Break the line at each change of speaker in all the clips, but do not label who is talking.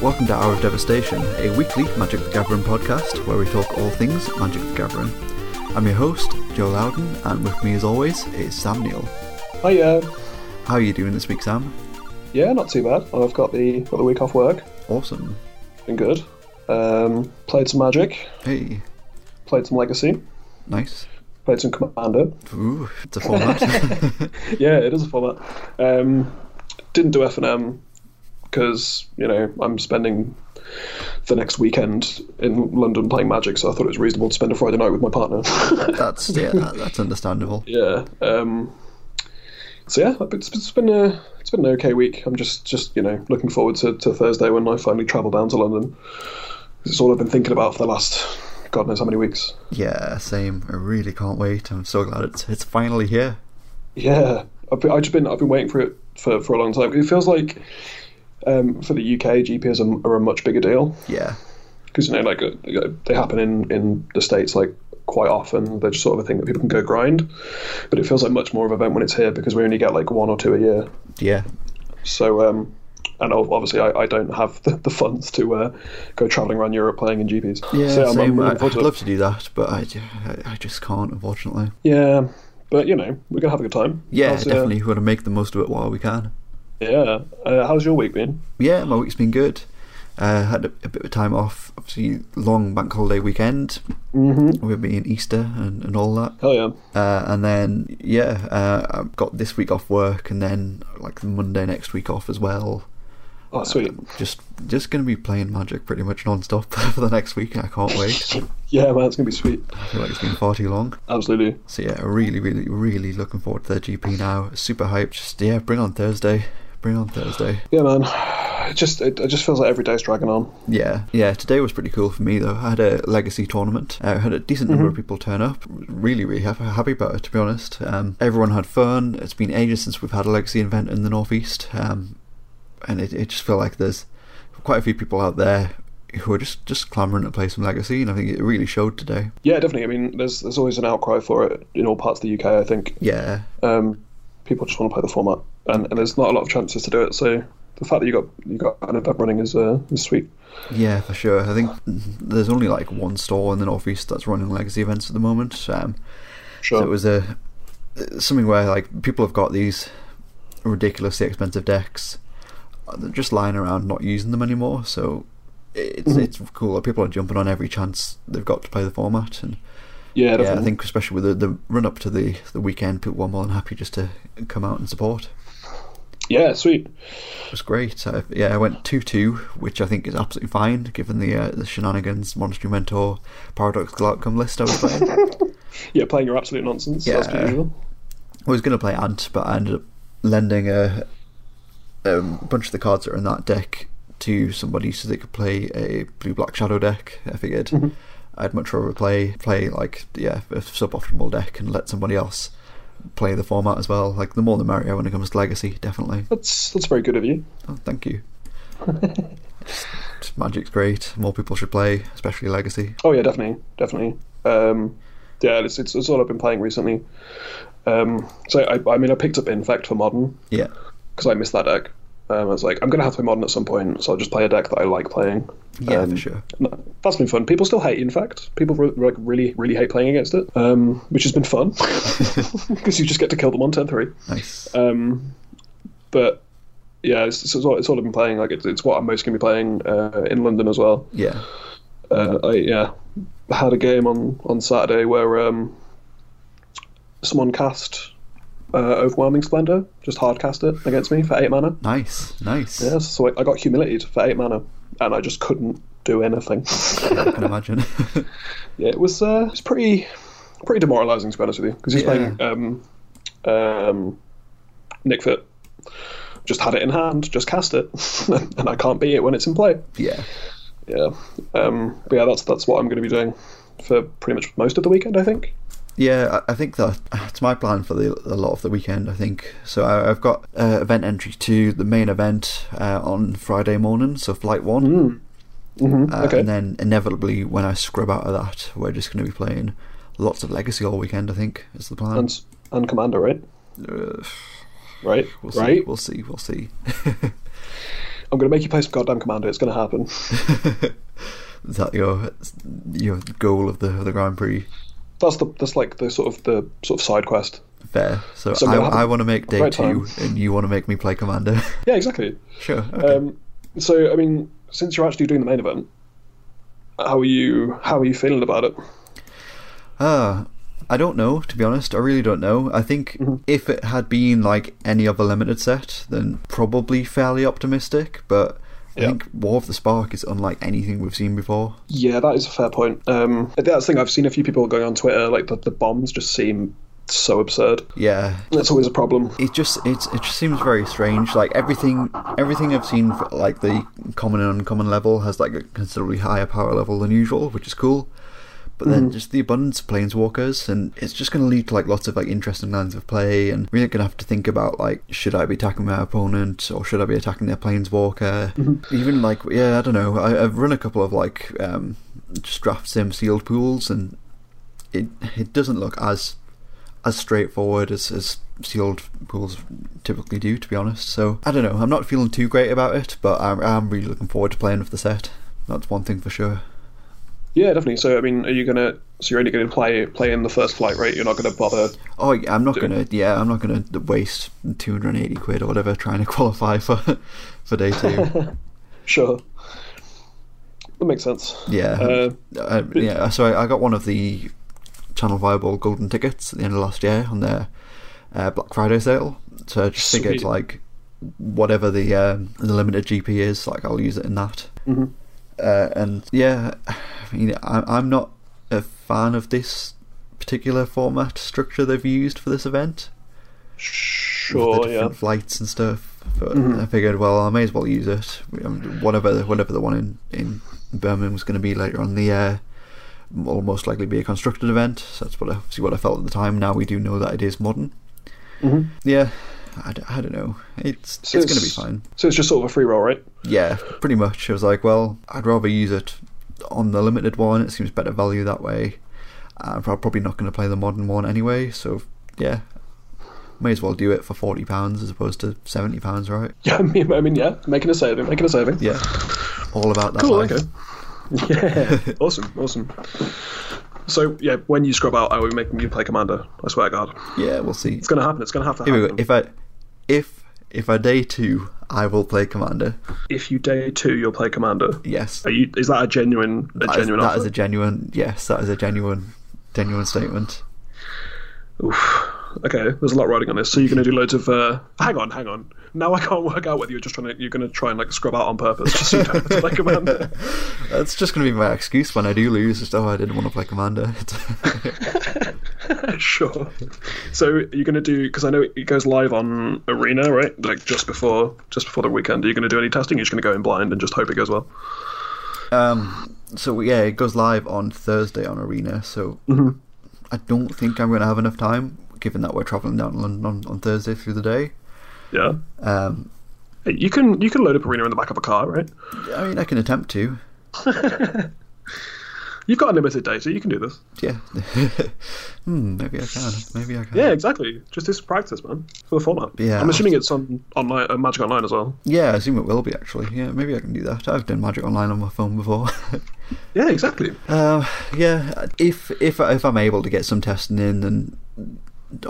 welcome to Hour of Devastation, a weekly Magic the Gathering podcast where we talk all things Magic the Gathering. I'm your host, Joe Loudon, and with me as always is Sam Neal.
Hiya.
How are you doing this week, Sam?
uh, Yeah, not too bad. I've got the got the week off work.
Awesome.
Been good. Um, played some Magic.
Hey,
Played some Legacy.
nice.
Played some Commander.
Ooh, it's a format.
Yeah, it is a format. Um, didn't do F and M because you know I'm spending the next weekend in London playing Magic, so I thought it was reasonable to spend a Friday night with my partner.
that's yeah, that, that's understandable.
yeah. Um, so yeah, it's, it's been a it's been an okay week. I'm just just you know looking forward to, to Thursday when I finally travel down to London. 'Cause It's all I've been thinking about for the last God knows how many weeks.
Yeah, same. I really can't wait. I'm so glad it's it's finally here.
Yeah, I've been, I've just been I've been waiting for it for, for a long time. It feels like um, for the UK, GPs are, are a much bigger deal
Yeah,
because you know like uh, you know, they happen in in the states like quite often. They're just sort of a thing that people can go grind, but it feels like much more of an event when it's here because we only get like one or two a year.
yeah,
So, um, and ob- obviously, I, I don't have the, the funds to uh, go traveling around Europe playing in GPs.
yeah.
so, yeah, I'm, I'm
same. I,
looking
would
forward to it.
love to do that, but I, ju- I, I just can't, unfortunately.
Yeah, but you know, we're gonna have a good time.
Yeah,
How's, uh,
definitely. want to make the most of it while we can.
yeah. Uh, how's your week been?
yeah, my week's been good. Uh, had a, a bit of time off, obviously long bank holiday weekend
Mm-hmm.
with me in Easter and, and all that.
Hell yeah.
Uh, and then yeah, uh, I've got this week off work, and then like Monday next week off as well. Uh,
Oh, sweet.
Just just gonna be playing Magic pretty much non-stop for the next week. I can't wait.
Yeah, man, it's gonna be sweet.
I feel like it's been far too long.
Absolutely.
So yeah, really, really, really looking forward to the GP now. Super hyped. Just yeah, bring on Thursday. Bring on Thursday.
Yeah, man. It just it, it just feels like every day's dragging on.
Yeah, yeah. Today was pretty cool for me though. I had a legacy tournament. I had a decent number of people turn up. Really, really happy, happy about it to be honest. Um, everyone had fun. It's been ages since we've had a legacy event in the northeast, um, and it, it just felt like there's quite a few people out there who are just just clamoring to play some legacy, and I think it really showed today.
Yeah, definitely. I mean, there's there's always an outcry for it in all parts of the UK. I think
Yeah,
um, people just want to play the format, and, and there's not a lot of chances to do it. So the fact that you got you got an event running is uh, is sweet.
Yeah, for sure. I think there's only like one store in the northeast that's running legacy events at the moment. Um,
Sure.
So it was a something where like people have got these ridiculously expensive decks, uh, they're just lying around not using them anymore. So it's it's cool that people are jumping on every chance they've got to play the format. And
yeah,
yeah,
definitely.
I think especially with the, the run up to the the weekend, people were more than happy just to come out and support.
Yeah, sweet.
It was great. I, yeah, I went two two, which I think is absolutely fine given the uh, the shenanigans, monastery mentor, paradoxical outcome list I was playing.
Yeah, playing your absolute nonsense. That's
Yeah.
per usual.
I was going to play Ant, but I ended up lending a, a bunch of the cards that are in that deck to somebody so they could play a blue black shadow deck. I figured
Mm-hmm.
I'd much rather play play like yeah a suboptimal deck and let somebody else play the format as well. Like the more the merrier when it comes to legacy, definitely.
That's that's very good of you.
Oh, thank you. Just- just Magic's great. More people should play, especially legacy.
Oh yeah, definitely, definitely. Um, yeah, it's, it's it's all I've been playing recently. Um, so I, I mean, I picked up Infect for modern
Yeah,
because I missed that deck. Um, I was like, I'm gonna have to play modern at some point, so I'll just play a deck that I like playing.
yeah,
Um,
for sure.
No, that's been fun. People still hate Infect. People re- like really, really hate playing against it, um, which has been fun because you just get to kill them on turn three.
Nice.
Um, but yeah, it's, it's, all, it's all I've been playing. Like it's, it's what I'm most going to be playing uh, in London as well.
yeah,
Uh, I yeah had a game on on Saturday where um, someone cast uh, Overwhelming Splendor, just hard cast it against me for eight mana.
nice, nice.
Yeah, so I, I got humiliated for eight mana, and I just couldn't do anything.
I can imagine.
Yeah, it was uh, it was pretty pretty demoralising to be honest with you because he's
Yeah.
playing um, um, Nick Fit. Just had it in hand, just cast it, and I can't beat it when it's in play.
yeah.
Yeah, um, but yeah, that's that's what I'm going to be doing for pretty much most of the weekend, I think.
Yeah, I I think that that's my plan for the a lot of the weekend. I think so. I, I've got uh, event entry to the main event uh, on Friday morning, so flight one,
hmm
uh,
okay.
and then inevitably when I scrub out of that, we're just going to be playing lots of Legacy all weekend. I think is the plan.
and and Commander, right?
Uh,
Right.
we'll see.
right.
We'll see. We'll see.
I'm going to make you play some goddamn Commando. It's going to happen.
Is that your your goal of the of the Grand Prix?
That's the that's like the sort of the sort of side quest.
Fair. So,
So we'll have
I, I
a
want to make day
great
two, and you want to make me play Commander.
Yeah, exactly.
sure. Okay.
Um, so I mean, since you're actually doing the main event, how are you how are you feeling about it?
Uh, I don't know, to be honest. I really don't know. I think if it had been like any other limited set, then probably fairly optimistic, but I
Yeah.
think War of the Spark is unlike anything we've seen before.
Yeah, that is a fair point. Um, that's the thing I've seen a few people going on Twitter. Like the, the bombs just seem so absurd.
Yeah.
That's always a problem.
It just it's it just seems very strange. Like everything everything I've seen for like the common and uncommon level has like a considerably higher power level than usual, which is cool. But then just the abundance of planeswalkers, and it's just going to lead to like lots of like interesting lines of play, and we're going to have to think about like should I be attacking my opponent or should I be attacking their planeswalker? Even like yeah, I don't know. I, I've run a couple of like um, just draft sim sealed pools, and it it doesn't look as as straightforward as, as sealed pools typically do, to be honest. So I don't know. I'm not feeling too great about it, but I'm, I'm really looking forward to playing with the set. That's one thing for sure.
Yeah, definitely. So I mean, are you gonna? So you're only gonna play play in the first flight, right? You're not gonna bother.
Oh, yeah, I'm not gonna. Yeah, I'm not gonna waste 280 quid or whatever trying to qualify for for day two.
Sure. That makes sense.
Yeah,
Uh,
Uh, yeah. So I, I got one of the Channel Viable golden tickets at the end of last year on their uh, Black Friday sale. So I just figured
Sweet.
like whatever the um, the limited GP is, like I'll use it in that.
Mhm.
Uh, and yeah, I mean, I, I'm not a fan of this particular format structure they've used for this event. with
Sure.
the
Yeah.
different flights and stuff. But
Mm-hmm.
I figured, well, I may as well use it. Um, Whatever, whatever the one in in Birmingham was going to be later on in the year, will most likely be a constructed event. So that's what I, see what I felt at the time. Now we do know that it is modern.
Mhm.
Yeah, I, d- I don't know. It's
So
it's going to be
it's-
fine.
So it's just sort of a free roll, right?
Yeah, pretty much. I was like, well, I'd rather use it on the limited one. It seems better value that way. I'm prob- probably not going to play the modern one anyway, so yeah, may as well do it for forty pounds as opposed to seventy pounds, right?
Yeah. I mean, I mean, yeah. Making a saving. Making a saving.
Yeah, all about that.
Cool.
life.
Okay. Yeah. awesome. Awesome. So yeah, when you scrub out, I will be making you play commander. I swear to God,
Yeah, we'll see.
it's gonna happen. It's gonna have to
Here we
happen.
go. If I, if if I day two, I will play commander.
If you day two, you'll play commander.
Yes,
Are you? Is that a genuine? A
that, is,
genuine
that
offer?
is a genuine. Yes, that is a genuine, genuine statement.
Okay, there's a lot riding on this. So you're going to do loads of. Uh, hang on, hang on. Now I can't work out whether you're just trying to. You're going to try and like scrub out on purpose, just so you don't have to play commander.
That's just going to be my excuse when I do lose. Just oh, I didn't want to play commander.
sure. So you're going to do because I know it goes live on Arena, right? Like just before, just before the weekend. Are you going to do any testing? You're just going to go in blind and just hope it goes well.
Um, so yeah, it goes live on Thursday on Arena. So I don't think I'm going to have enough time, given that we're traveling down to London on, on Thursday through the day.
Yeah.
Um,
Hey, You can you can load up Arena in the back of a car, right?
I mean, I can attempt to.
You've got unlimited data. You can do this.
Yeah. hmm, maybe I can. Maybe I can.
Yeah, exactly. Just this practice, man, for the format.
Yeah.
I'm assuming it's on online, uh, Magic Online as well.
Yeah, I assume it will be actually. Yeah, maybe I can do that. I've done Magic Online on my phone before.
Yeah, exactly.
Uh, yeah, if if if I'm able to get some testing in, then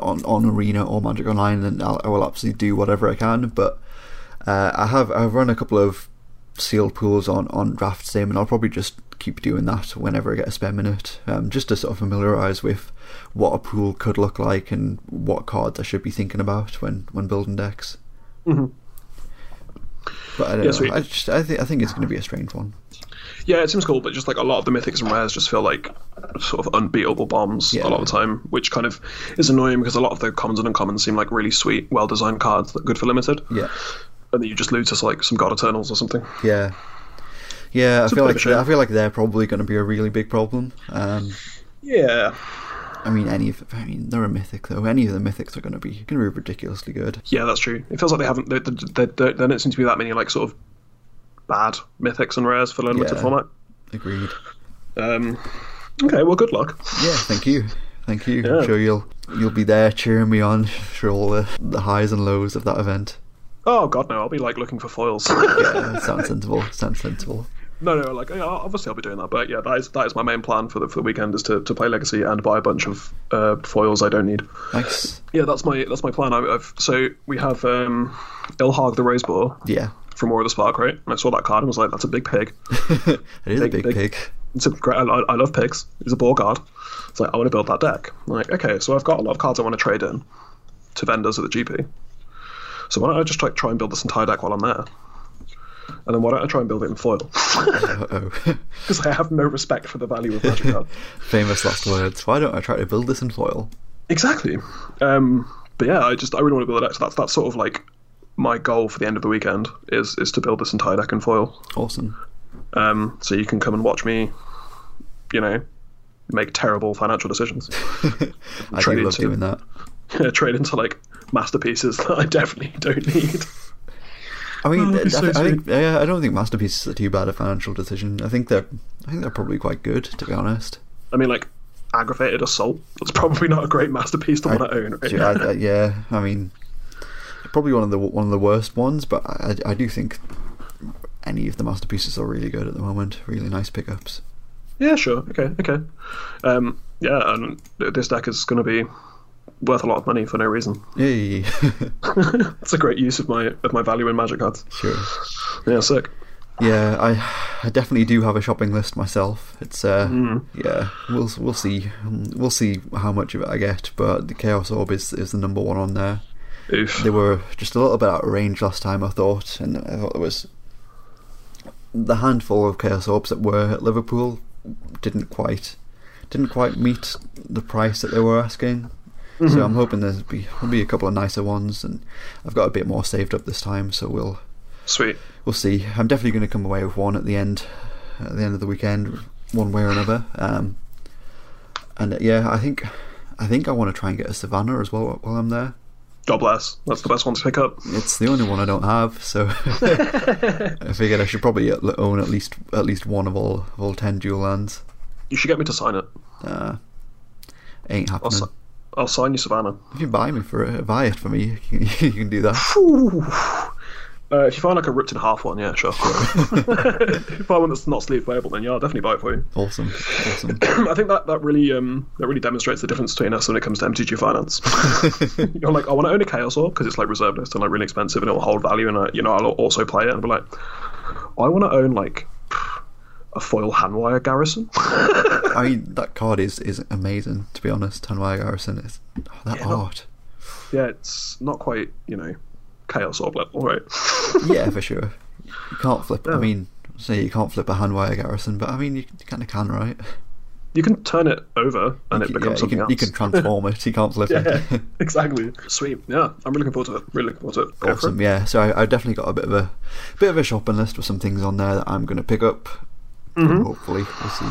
on on Arena or Magic Online, then I'll, I will absolutely do whatever I can. But uh, I have I've run a couple of sealed pools on on Draft Sim, and I'll probably just keep doing that whenever I get a spare minute, um, just to sort of familiarise with what a pool could look like and what cards I should be thinking about when when building decks.
Mhm.
But I don't
Yeah,
know.
sweet.
I just I think I think it's going to be a strange one.
Yeah, it seems cool, but just like a lot of the mythics and rares just feel like sort of unbeatable bombs
Yeah.
a lot of the time, which kind of is annoying because a lot of the commons and uncommons seem like really sweet, well designed cards that are good for limited,
Yeah.
and then you just lose to like some God Eternals or something.
Yeah. Yeah, I
a
feel
bit of
like
a shame.
I feel like they're probably going to be a really big problem. Um,
Yeah,
I mean, any of I mean, they're a mythic though. Any of the mythics are going to be going to be ridiculously good.
yeah, that's true. It feels like they haven't. There, there, there, there don't seem to be that many like sort of bad mythics and rares for limited
Yeah.
format.
Agreed.
Um, okay, well, good luck.
Yeah, thank you, thank you.
Yeah.
I'm sure you'll you'll be there cheering me on for all the, the highs and lows of that event.
Oh god, no! I'll be like looking for foils.
Yeah, sounds sensible. Sounds sensible.
No, no, like yeah, obviously I'll be doing that, but yeah, that is that is my main plan for the for the weekend is to, to play Legacy and buy a bunch of uh, foils I don't need.
Nice.
Yeah, that's my that's my plan. I, I've, so we have um, Ilhag the Rosebore
Yeah.
from War of the Spark, right? And I saw that card and was like, that's a big pig.
it is a big,
Big- big-
pig.
It's a great. I, I love pigs. It's a boar guard. It's like I want to build that deck. I'm like okay, so I've got a lot of cards I want to trade in to vendors at the GP. So why don't I just try, try and build this entire deck while I'm there? And then why don't I try and build it in foil?
Uh oh.
Because I have no respect for the value of Magic Card.
Famous last words. Why don't I try to build this in foil?
Exactly. Um, but yeah, I just I really want to build a deck. So that's that's sort of like my goal for the end of the weekend is is to build this entire deck in foil.
Awesome.
Um, so you can come and watch me, you know, make terrible financial decisions.
I
Trade
do love
into-
doing that.
Trade into like masterpieces that I definitely don't need.
I mean,
that'd be
I,
so
th- I think yeah, I don't think masterpieces are too bad a financial decision. I think they're, I think they're probably quite good to be honest.
I mean, like aggravated assault. That's probably not a great masterpiece to want to own. Right?
Do you- I, I, yeah, I mean, probably one of the one of the worst ones, but I, I do think any of the masterpieces are really good at the moment. Really nice pickups.
Yeah, sure. Okay, okay. Um, yeah, and this deck is going to be worth a lot of money for no reason.
Yay!
That's a great use of my of my value in magic cards.
sure.
Yeah, sick.
Yeah, I, I definitely do have a shopping list myself. It's uh,
Hmm. Mm,
yeah, we'll we'll see, we'll see how much of it I get. But the chaos orb is is the number one on there.
Oof.
They were just a little bit out of range last time, I thought, and I thought there was the handful of chaos orbs that were at Liverpool didn't quite didn't quite meet the price that they were asking. So I'm hoping there'll be, there'll be a couple of nicer ones, and I've got a bit more saved up this time, so we'll
Sweet.
we'll see. I'm definitely going to come away with one at the end, at the end of the weekend, one way or another. Um, and uh, yeah, I think, I think I want to try and get a Savannah as well while I'm there.
God bless. That's the best one to pick up.
It's the only one I don't have, so I figured I should probably at- own at least at least one of all of all ten dual lands.
You should get me to sign it.
Uh, ain't
I'll,
happening.
si- I'll sign you Savannah.
If you buy me for it, buy it for me, you can, you can do that.
Uh, if you find like a ripped in half one, yeah, sure. if you find one that's not sleeve playable, then yeah, I'll definitely buy it for you.
Awesome, awesome.
I think that, that really um that really demonstrates the difference between us when it comes to MTG finance. You're like, I want to own a Chaos Orb because it's like reserve list and like really expensive and it'll hold value and uh, you know I'll also play it and be like, I want to own like a foil handwire garrison.
I mean, that card is is amazing. To be honest, Tanwai Garrison is oh, that
Yeah.
art.
yeah, it's not quite you know Chaos Orb level, right?
yeah, for sure. You can't flip. I mean, say you can't flip a handwire garrison, but I mean, you, you kind of can, right?
You can turn it over and it
Yeah,
becomes
you,
something
can,
else.
you can transform it. You can't flip
Yeah,
it.
exactly. Sweet. Yeah, I'm really looking forward to it. Really looking forward to it. Go for it.
awesome. Yeah. So I, I definitely got a bit of a bit of a shopping list with some things on there that I'm going to pick up.
Mm-hmm.
Hopefully, we'll see.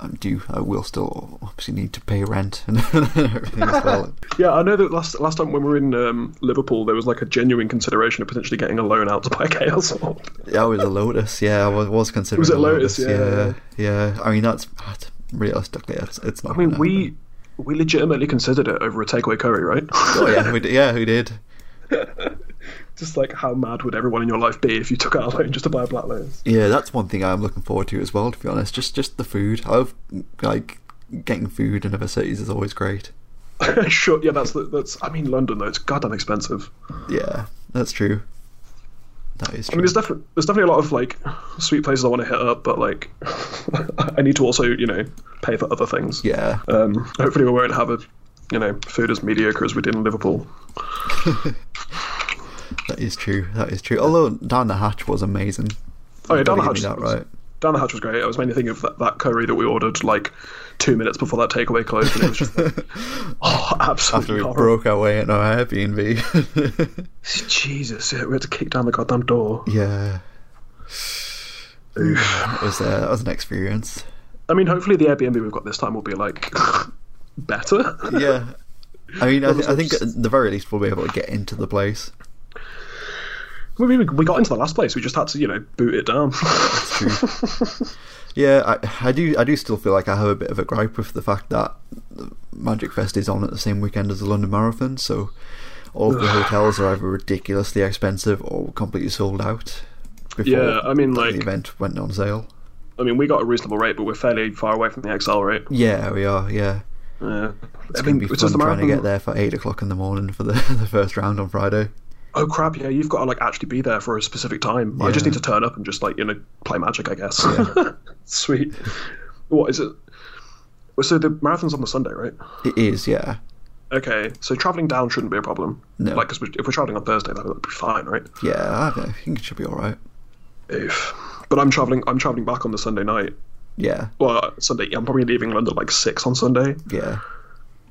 I'm due. I will still obviously need to pay rent and everything as well.
Yeah, I know that last last time when we were in um, Liverpool, there was like a genuine consideration of potentially getting a loan out to buy Chaos Orb.
That was a Lotus. Yeah, I was, was considering.
Was it
a
Lotus? Yeah.
yeah, yeah. I mean, that's, that's realistically, it's, it's not.
I mean, we we legitimately considered it over a takeaway curry, right?
Oh yeah, we did, yeah, we did.
just like how mad would everyone in your life be if you took out a loan just to buy a black lotus?
Yeah, that's one thing I'm looking forward to as well. To be honest, just just the food. I've like getting food in other cities is always great.
sure. Yeah, that's the, that's. I mean, London though, it's goddamn expensive.
Yeah, that's true. That is
I mean,
true.
there's definitely there's definitely a lot of like sweet places I want to hit up, but like I need to also you know pay for other things.
yeah,
Um, hopefully, we won't have a you know food as mediocre as we did in Liverpool.
that is true. That is true. Although down the hatch was amazing.
Oh yeah, down
Gotta
the hatch.
give me that right.
Down the hatch was great. I was mainly thinking of that, that curry that we ordered like two minutes before that takeaway closed, and it was just oh,
After
absolutely
we
horrible.
broke our way in our Airbnb.
Jesus, yeah, we had to kick down the goddamn door.
yeah. It was uh, that was an experience.
I mean, hopefully the Airbnb we've got this time will be like better.
Yeah. I mean, I, th- I think at the very least we'll be able to get into the place.
I mean, we, we got into the last place. We just had to, you know, boot it down.
Yeah, I, I do. I do still feel like I have a bit of a gripe with the fact that Magic Fest is on at the same weekend as the London Marathon. So all of the hotels are either ridiculously expensive or were completely sold out. Before
Yeah, I mean, like-
the event went on sale.
I mean, we got a reasonable rate, but we're fairly far away from the XL rate.
Yeah, we are. Yeah,
Yeah.
it's
I
gonna
mean,
be
it's
fun
just the
trying to
marathon.
get there for eight o'clock in the morning for the, the first round on Friday.
Oh crap! Yeah, you've got to like actually be there for a specific time. I just
Yeah.
need to turn up and just like you know play magic, I guess. Sweet. What is it? Well, So the marathon's on the Sunday, right?
It is, yeah.
Okay, so traveling down shouldn't be a problem.
No.
like because if we're traveling on Thursday, that would be fine, right?
Yeah, I think it should be all right.
If, but I'm traveling. I'm traveling back on the Sunday night.
Yeah,
Well, Sunday. I'm probably leaving London at, like six on Sunday,
yeah,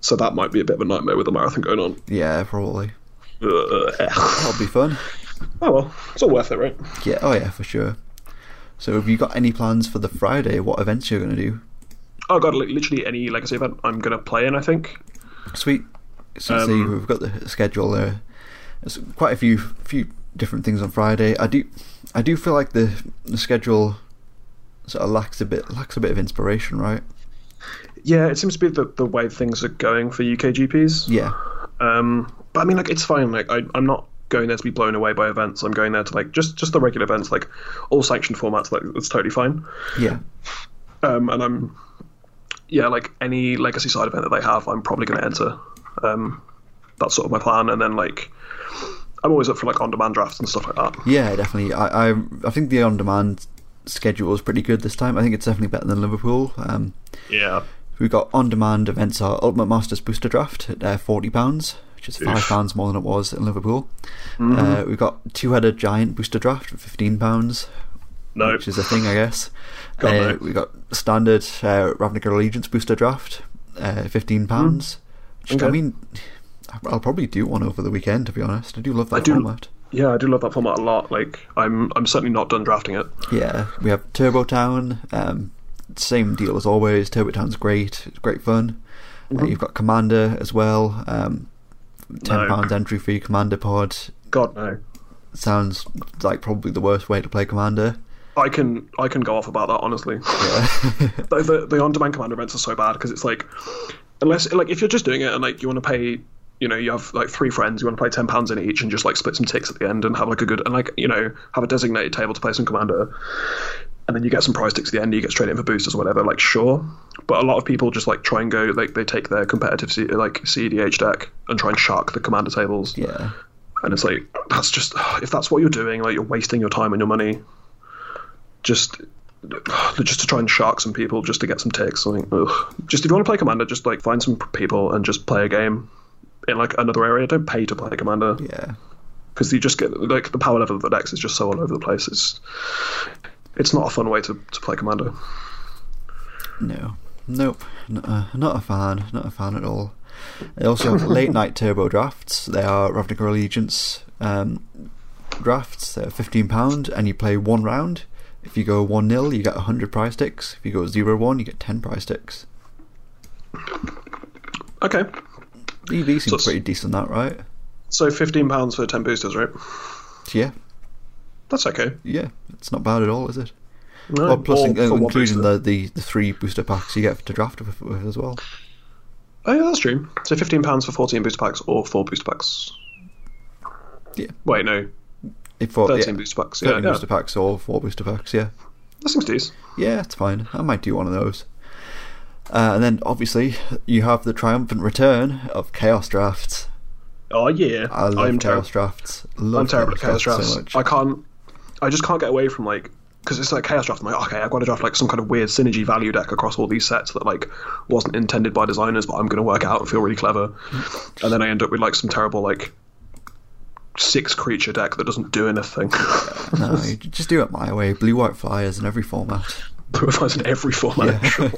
so that might be a bit of a nightmare with the marathon going on.
yeah, probably.
Ugh.
That'll be fun.
Oh well, it's all worth it, right?
Yeah, oh yeah, for sure. So, have you got any plans for the Friday? What events you're going to do?
Oh god, li- literally any legacy event I'm gonna play in, I think.
Sweet. So, you see, we've got the schedule there. There's quite a few few different things on Friday. I do I do feel like the, the schedule sort of lacks a bit lacks a bit of inspiration, right?
Yeah, it seems to be the, the way things are going for UK GPs.
Yeah,
Um, but I mean, like, it's fine. Like, I, I'm not going there to be blown away by events. I'm going there to like just just the regular events, like all sanctioned formats. Like, that's totally fine.
yeah,
Um, and I'm, yeah, like any legacy side event that they have, I'm probably going to enter. Um, that's sort of my plan. And then like, I'm always up for like on demand drafts and stuff like that.
yeah, definitely. I I, I think the on demand schedule is pretty good this time. I think it's definitely better than Liverpool. Um,
Yeah.
We've got on demand events are Ultimate Masters Booster Draft at uh, £40, which is £5 more than it was in Liverpool. Uh, we've got Two Headed Giant Booster Draft at £15,
No.
which is a thing, I guess.
God,
uh,
no.
We've got Standard uh, Ravnica Allegiance Booster Draft, uh, £15. Which, I
Okay.
mean, I'll probably do one over the weekend, to be honest. I do love that
do-
format.
yeah, I do love that format a lot. Like, I'm I'm certainly not done drafting it.
Yeah, we have Turbo Town. Um, same deal as always. Turbo Town's great. It's great fun. Uh, you've got Commander as well. Um, Ten
No.
pounds entry fee. Commander Pod
God no.
sounds like probably the worst way to play Commander.
I can I can go off about that honestly. the, the, the on-demand commander events are so bad because it's like, unless like if you're just doing it and like you want to pay, you know, you have like three friends, you want to play ten pounds in each and just like split some ticks at the end and have like a good and like you know have a designated table to play some commander, and then you get some prize ticks at the end, you get straight in for boosters or whatever. Like sure, but a lot of people just like try and go like they take their competitive C, like CEDH deck and try and shark the commander tables,
Yeah,
and it's like that's just if that's what you're doing, like you're wasting your time and your money. Just just to try and shark some people, just to get some ticks. I think, ugh. just if you want to play Commander, just like find some people and just play a game in like another area. Don't pay to play Commander
yeah,
because you just get like the power level of the decks is just so all over the place. It's it's not a fun way to, to play Commander.
no, nope, N- uh, not a fan, not a fan at all. They also have late night turbo drafts. They are Ravnica Allegiance um, drafts. They're fifteen pound, and you play one round. If you go one 0 you get hundred prize ticks. If you go zero one, you get ten prize ticks.
Okay,
EV E seems
it's-
pretty decent, that right?
so fifteen pounds for ten boosters, right?
Yeah,
That's okay.
yeah, it's not bad at all, is it?
No,
Well, plus
or
in- uh,
for one
including
booster.
the, the, the three booster packs you get to draft with, with as well.
Oh yeah, that's true. So fifteen pounds for fourteen booster packs or four booster packs.
Yeah.
Wait, no,
If for,
thirteen
yeah,
booster packs. Yeah,
13
yeah.
booster packs or four booster packs, yeah.
that seems decent.
Yeah, it's fine. I might do one of those. Uh, and then obviously you have the triumphant return of Chaos Drafts.
Oh yeah,
I love
am
Chaos
terrible.
Drafts. Love
I'm terrible at chaos drafts.
so much.
I can't. I just can't get away from like because it's like chaos draft. I'm like, okay, I've got to draft like some kind of weird synergy value deck across all these sets that like wasn't intended by designers, but I'm going to work out and feel really clever. And then I end up with like some terrible like six creature deck that doesn't do anything.
No, you just do it my way. Blue white flyers in every format.
Provides in every format. sure.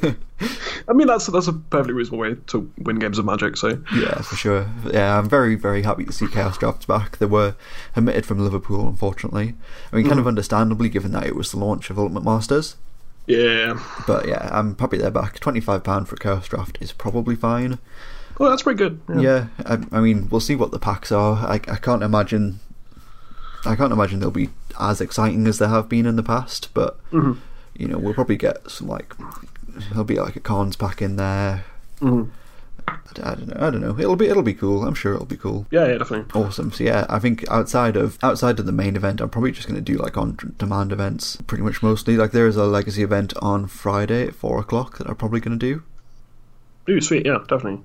I mean, that's that's a perfectly reasonable way to win games of Magic. So
Yeah, for sure. Yeah, I'm very, very happy to see Chaos Drafts back. They were omitted from Liverpool, unfortunately. I mean,
Hmm.
kind of understandably, given that it was the launch of Ultimate Masters.
yeah,
But yeah, I'm happy they're back. £25 for a Chaos Draft is probably fine.
well, that's pretty good. Yeah.
Yeah, I, I mean, we'll see what the packs are. I, I can't imagine. I can't imagine they'll be as exciting as they have been in the past, but
Mm-hmm. Mm-hmm.
you know we'll probably get some like there'll be like a cons pack in there, I don't know. I don't know. It'll be it'll be cool. I'm sure it'll be cool.
Yeah, yeah, definitely.
Awesome. So yeah, I think outside of outside of the main event, I'm probably just going to do like on demand events, pretty much mostly. Like there is a legacy event on Friday at four o'clock that I'm probably going to do.
Ooh, sweet. Yeah, definitely.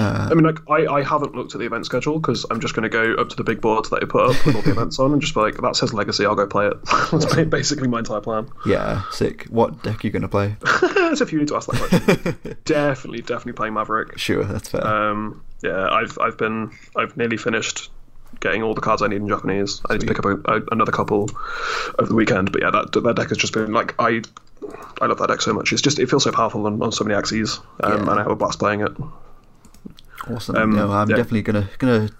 Uh,
I mean, like, I, I haven't looked at the event schedule because I'm just going to go up to the big board that they put up with all the events on and just be like, that says Legacy, I'll go play it. That's ba- basically my entire plan.
yeah, sick. What deck are you going to play?
As if you need to ask that question. definitely, definitely play Maverick.
Sure, that's fair.
Um, yeah, I've I've been I've nearly finished getting all the cards I need in Japanese. I need to pick up a, a, another couple over the weekend. But yeah, that that deck has just been like I I love that deck so much. It's just it feels so powerful on, on so many axes, um,
Yeah.
and I have a blast playing it.
Awesome.
Um,
no, I'm
yeah.
definitely gonna gonna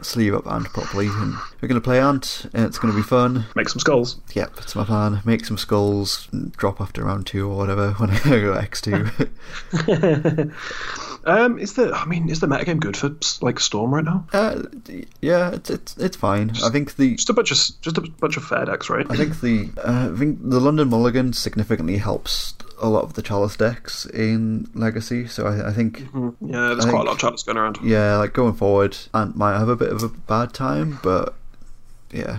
sleeve up Ant properly, and we're gonna play Ant, and it's gonna be fun.
Make some skulls.
Yep, that's my plan. Make some skulls, and drop after round two or whatever when I go X two.
Um, is the I mean, is the metagame good for like Storm right now?
uh, yeah, it's it's it's fine. I think the
Just a bunch of just a bunch of fair decks, right?
I think the uh, I think the London Mulligan significantly helps a lot of the Chalice decks in Legacy. So I, I think
Mm-hmm. Hmm. yeah, there's
I
quite a
think-
lot of chats going around.
yeah, like going forward, Ant might have a bit of a bad time, but yeah,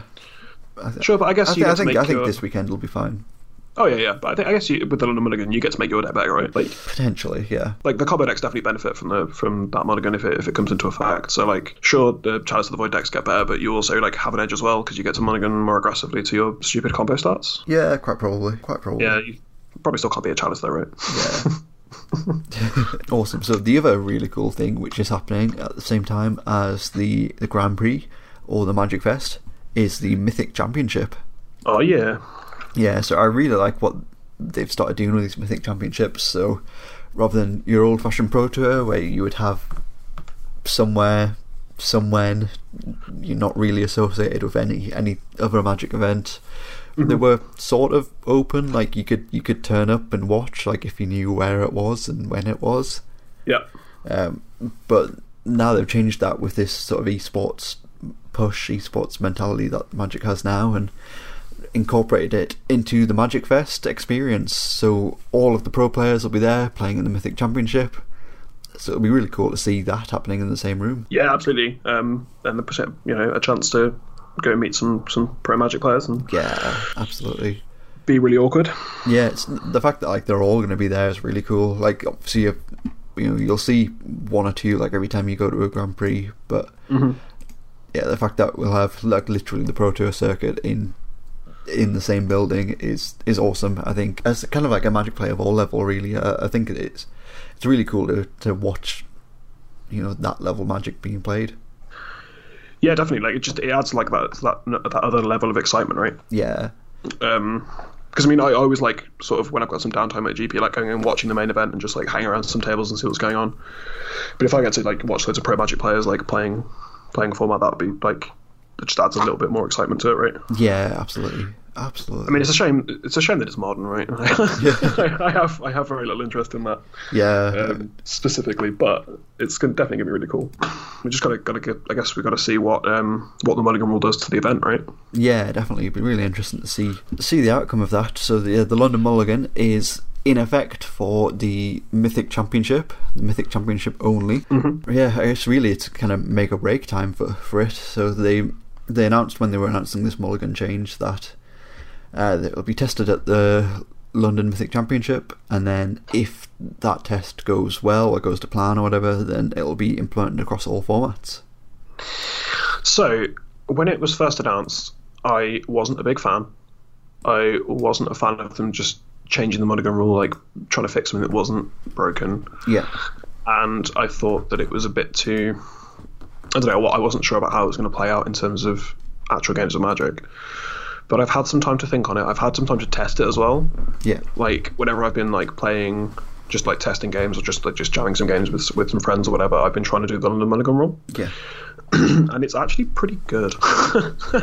I, th-
Sure, but I guess
I, th-
you get
I
to
think
make
I think
your.
this weekend will be fine.
Oh yeah, yeah. But I think I guess you, with the London Mulligan, you get to make your deck better, right? Like,
Potentially, yeah.
like the combo decks definitely benefit from the from that mulligan if it if it comes into effect. So like, sure, the Chalice of the Void decks get better, but you also like have an edge as well because you get to mulligan more aggressively to your stupid combo stats.
Yeah, quite probably. Quite probably.
Yeah, you probably still can't be a Chalice though, right?
Yeah. awesome. So the other really cool thing which is happening at the same time as the, the Grand Prix or the Magic Fest is the Mythic Championship.
Oh yeah,
Yeah, so I really like what they've started doing with these Mythic Championships. So rather than your old fashioned Pro Tour where you would have somewhere, somewhen, you're not really associated with any any other Magic event. They were sort of open, like you could you could turn up and watch, like if you knew where it was and when it was.
yeah.
Um, but now they've changed that with this sort of esports push, esports mentality that Magic has now, and incorporated it into the Magic Fest experience. So all of the pro players will be there playing in the Mythic Championship. So it'll be really cool to see that happening in the same room.
Yeah, absolutely. Um, and the you know a chance to go meet some some pro magic players and
Yeah, absolutely.
be really awkward.
Yeah, it's, the fact that like they're all going to be there is really cool. Like obviously, you you know, you'll see one or two like every time you go to a Grand Prix, but
Mm-hmm.
yeah, the fact that we'll have like literally the Pro Tour circuit in in the same building is is awesome. I think as kind of like a Magic play of all level, really. I, I think it's it's really cool to to watch you know that level Magic being played.
Yeah, definitely. Like it just it adds like that that that other level of excitement, right?
Yeah,
Um 'cause because I mean, I always like sort of when I've got some downtime at GP, like going and watching the main event and just like hang around some tables and see what's going on. But if I get to like watch loads of pro magic players like playing playing a format, that would be like it just adds a little bit more excitement to it, right?
yeah, absolutely, absolutely.
I mean, it's a shame. It's a shame that it's modern, right? I, I have I have very little interest in that
yeah,
um, specifically, but it's gonna, definitely gonna be really cool. We just gotta gotta get. I guess we gotta see what um what the Mulligan rule does to the event, right?
Yeah, definitely. It'd be really interesting to see see the outcome of that. So the the London Mulligan is in effect for the Mythic Championship, the Mythic Championship only. Yeah, I guess really it's kind of make or break time for, for it. So they they announced when they were announcing this Mulligan change that uh, that it'll be tested at the London Mythic Championship, and then if that test goes well or goes to plan or whatever, then it'll be implemented across all formats.
So, when it was first announced, I wasn't a big fan. I wasn't a fan of them just changing the Mulligan rule, like trying to fix something that wasn't broken.
Yeah,
And I thought that it was a bit too. I don't know. I wasn't sure about how it was going to play out in terms of actual games of Magic. But I've had some time to think on it. I've had some time to test it as well.
yeah,
Like whenever I've been like playing, just like testing games or just like just jamming some games with with some friends or whatever, I've been trying to do the London Mulligan rule
yeah.
and it's actually pretty good.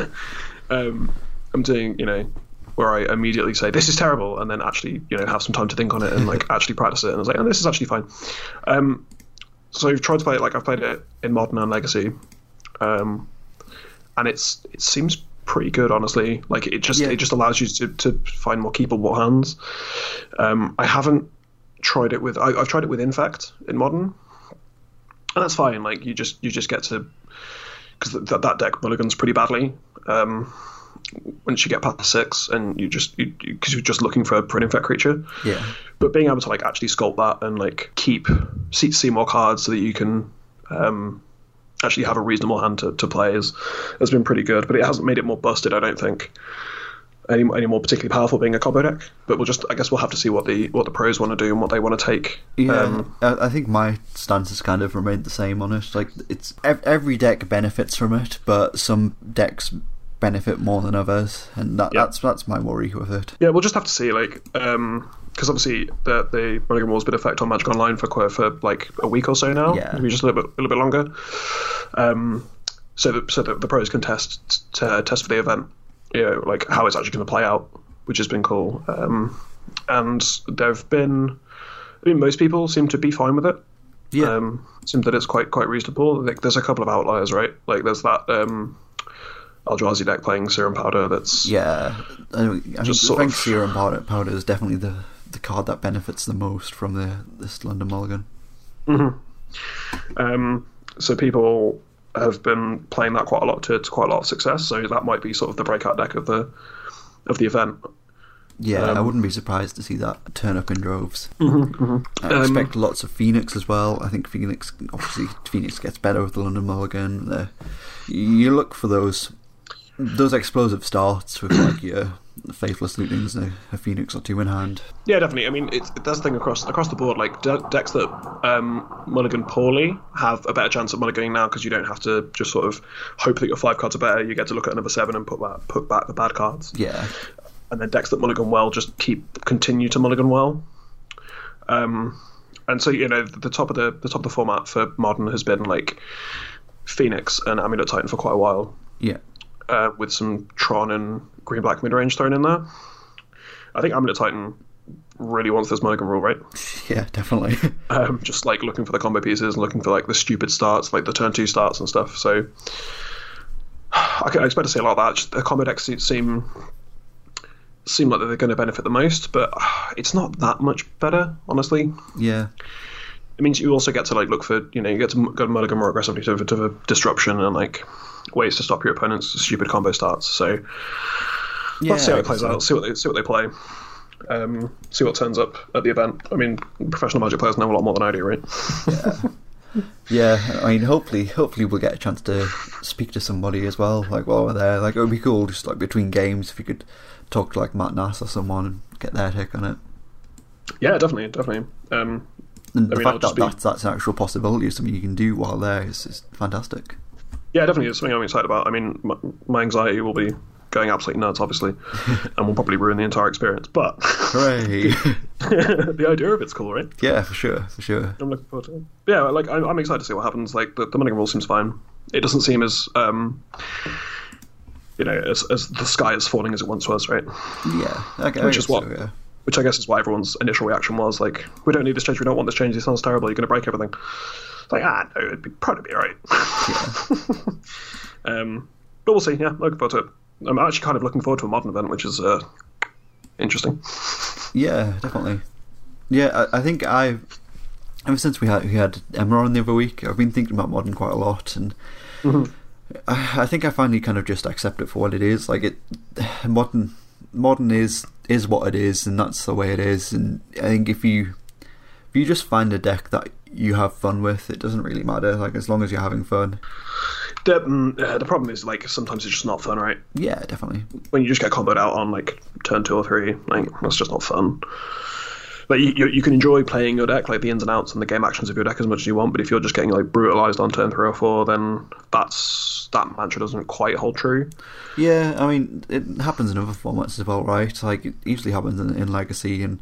um, I'm doing, you know, where I immediately say this is terrible, and then actually, you know, have some time to think on it and like actually practice it, and I was like, oh, this is actually fine. Um, so I've tried to play it like I've played it in Modern and Legacy, um, and it's it seems pretty good, honestly. Like it just
Yeah.
it just allows you to to find more keepable hands. Um, I haven't tried it with I, I've tried it with Infact in modern, and that's fine. Like you just you just get to because th- that deck mulligans pretty badly. Um, once you get past six, and you just because you, are just looking for, for an infect creature,
Yeah.
but being able to like actually sculpt that and like keep see, see more cards so that you can um, actually have a reasonable hand to, to play is, has been pretty good. But it hasn't made it more busted, I don't think. Any, any more particularly powerful being a combo deck, but we'll just I guess we'll have to see what the what the pros want to do and what they want to take.
Yeah,
Um,
I, I think my stance has kind of remained the same on it. Like it's ev- every deck benefits from it, but some decks benefit more than others, and that,
Yeah.
that's that's my worry with it.
Yeah, we'll just have to see, like, because obviously the the Mulligan War's been effect on Magic Online for quite for like a week or so now,
Yeah.
maybe just a little bit, a little bit longer. Um, so that so that the pros can test t- test for the event, you know, like how it's actually going to play out, which has been cool. Um, and there've been, I mean, most people seem to be fine with it.
Yeah,
Um, seems that it's quite quite reasonable. Like, there's a couple of outliers, right? Like, there's that um, Eldrazi deck playing Serum Powder. That's
yeah. I, mean, I think
sort
Frank
of-
Serum Powder, Powder is definitely the the card that benefits the most from the this London Mulligan.
Um, so people have been playing that quite a lot to, to quite a lot of success. So that might be sort of the breakout deck of the of the event.
Yeah, I
Um, Mm-hmm,
wouldn't be surprised to see that turn up in droves. I
Um,
expect lots of Phoenix as well. I think Phoenix, obviously, Phoenix gets better with the London Mulligan. The, you look for those those explosive starts with like your faithless lootings and a, a Phoenix or two in hand.
Yeah, definitely. I mean, it's, that's the thing across across the board. Like de- decks that um, mulligan poorly have a better chance at mulliganing now because you don't have to just sort of hope that your five cards are better. You get to look at another seven and put that put back the bad cards.
Yeah,
and then decks that mulligan well just keep continue to mulligan well. Um, and so you know the, the top of the the top of the format for modern has been like Phoenix and Amulet Titan for quite a while,
yeah,
uh, with some Tron and Green Black mid range thrown in there. I think Amulet Titan really wants this mulligan rule, right?
yeah, definitely.
Um, just like looking for the combo pieces and looking for like the stupid starts, like the turn two starts and stuff. So I, can, I expect to see a lot of that. Just The combo decks se- seem seem like they're going to benefit the most, but ah, it's not that much better, honestly.
yeah,
It means you also get to like look for you know you get to m- go to mulligan more aggressively to, to the disruption and like ways to stop your opponent's stupid combo starts. So
yeah.
Let's see how
I
it plays
guess so.
out. See what they see what they play. Um, see what turns up at the event. I mean, professional Magic players know a lot more than I do, right?
Yeah, I mean, hopefully, hopefully we'll get a chance to speak to somebody as well. Like while we're there, like it would be cool, just like between games, if you could talk to like Matt Nass or someone and get their take on it.
Yeah, definitely, definitely. Um,
And the
mean, I'll
fact that
just be-
that's, that's an actual possibility, something you can do while there is, is fantastic.
yeah, definitely, it's something I'm excited about. I mean, my, my anxiety will be going absolutely nuts, obviously, and will probably ruin the entire experience. But
Hooray!
the idea of it's cool, right?
yeah, for sure, for sure.
I'm looking forward to it. Yeah, like I'm, I'm excited to see what happens. Like the, the Mulligan rule seems fine. It doesn't seem as um, you know, as, as the sky is falling as it once was, right?
Yeah, okay,
Which is
so,
what-
yeah.
which I guess is what everyone's initial reaction was like, we don't need this change, we don't want this change, this sounds terrible, you're going to break everything. It's like, ah, no, it'd be, probably be alright. um, but we'll see, yeah, looking forward to it. I'm actually kind of looking forward to a modern event, which is uh, interesting.
Yeah, definitely. Yeah, I, I think I ever since we had we had Emma on the other week, I've been thinking about modern quite a lot, and I, I think I finally kind of just accept it for what it is. Like it, modern modern is is what it is, and that's the way it is. And I think if you if you just find a deck that you have fun with, it doesn't really matter. Like as long as you're having fun.
The, mm, uh, the problem is, like, sometimes it's just not fun, right?
Yeah, definitely.
When you just get comboed out on, like, turn two or three, like, that's just not fun. Like, you, you, you can enjoy playing your deck, like, the ins and outs and the game actions of your deck as much as you want, but if you're just getting, like, brutalized on turn three or four, then that's that mantra doesn't quite hold true.
Yeah, I mean, it happens in other formats as well, right? Like, it usually happens in, in Legacy and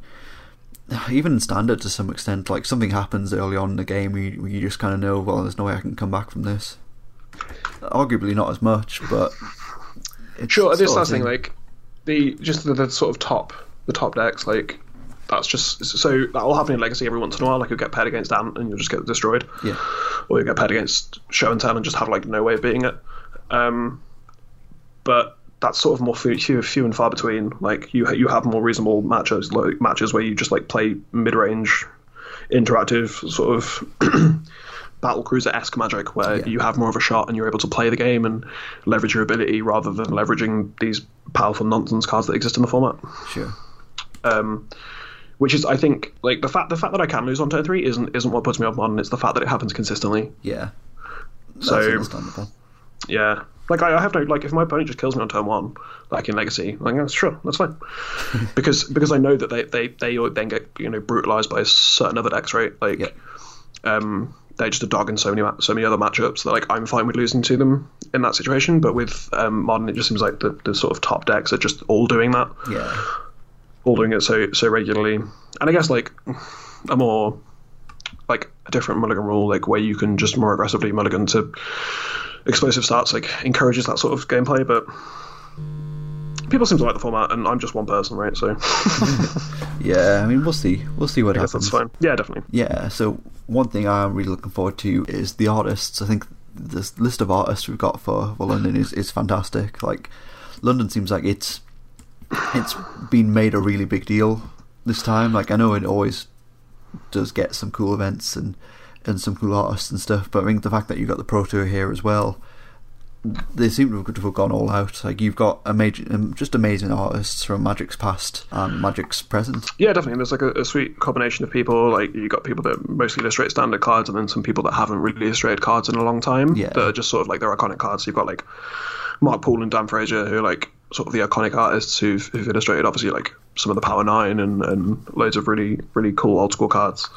even in Standard to some extent. Like, something happens early on in the game where you, where you just kind of know, well, there's no way I can come back from this. Arguably not as much, but. It's
Sure, this
sort of
last thing, like the just the, the sort of top the top decks, like that's just so that'll happen in Legacy every once in a while. Like you'll get paired against Ant and you'll just get destroyed,
Yeah,
or you'll get paired against Show and Tell and just have like no way of beating it. Um, but that's sort of more few, few, few and far between. Like you you have more reasonable matches like matches where you just like play mid range, interactive sort of. Battlecruiser esque magic, where
Yeah.
you have more of a shot and you're able to play the game and leverage your ability rather than leveraging these powerful nonsense cards that exist in the format
Sure.
um, which is I think like the fact the fact that I can lose on turn three isn't isn't what puts me off modern. It's the fact that it happens consistently.
Yeah. That's
So-
understandable.
Yeah, like I, I have no like if my opponent just kills me on turn one, like in Legacy, like yeah, sure that's fine, because because I know that they they they then get you know brutalized by a certain other decks, right? Like,
Yeah.
um, they're just a dog in so many ma- so many other matchups that like I'm fine with losing to them in that situation. But with um, modern, it just seems like the, the sort of top decks are just all doing that.
Yeah.
all doing it so so regularly. And I guess like a more like a different mulligan rule, like where you can just more aggressively mulligan to explosive starts, like encourages that sort of gameplay. But people seem to like the format, and I'm just one person, right? So
Yeah. I mean, we'll see. We'll see what
I guess
happens.
that's fine. Yeah, definitely.
Yeah, so one thing I'm really looking forward to is the artists. I think this list of artists we've got for, for London is, is fantastic. Like London seems like it's it's been made a really big deal this time. Like I know it always does get some cool events and and some cool artists and stuff, but I think the fact that you got the Pro Tour here as well, they seem to have- to have gone all out. Like you've got amazing, um, just amazing artists from Magic's past and Magic's present.
Yeah, definitely. There's like a, a sweet combination of people. Like you got people that mostly illustrate standard cards, and then some people that haven't really illustrated cards in a long time.
Yeah.
that are just sort of like their iconic cards. So you've got like Mark Paul and Dan Fraser, who are like sort of the iconic artists who've, who've illustrated obviously like some of the Power Nine and, and loads of really really cool old school cards.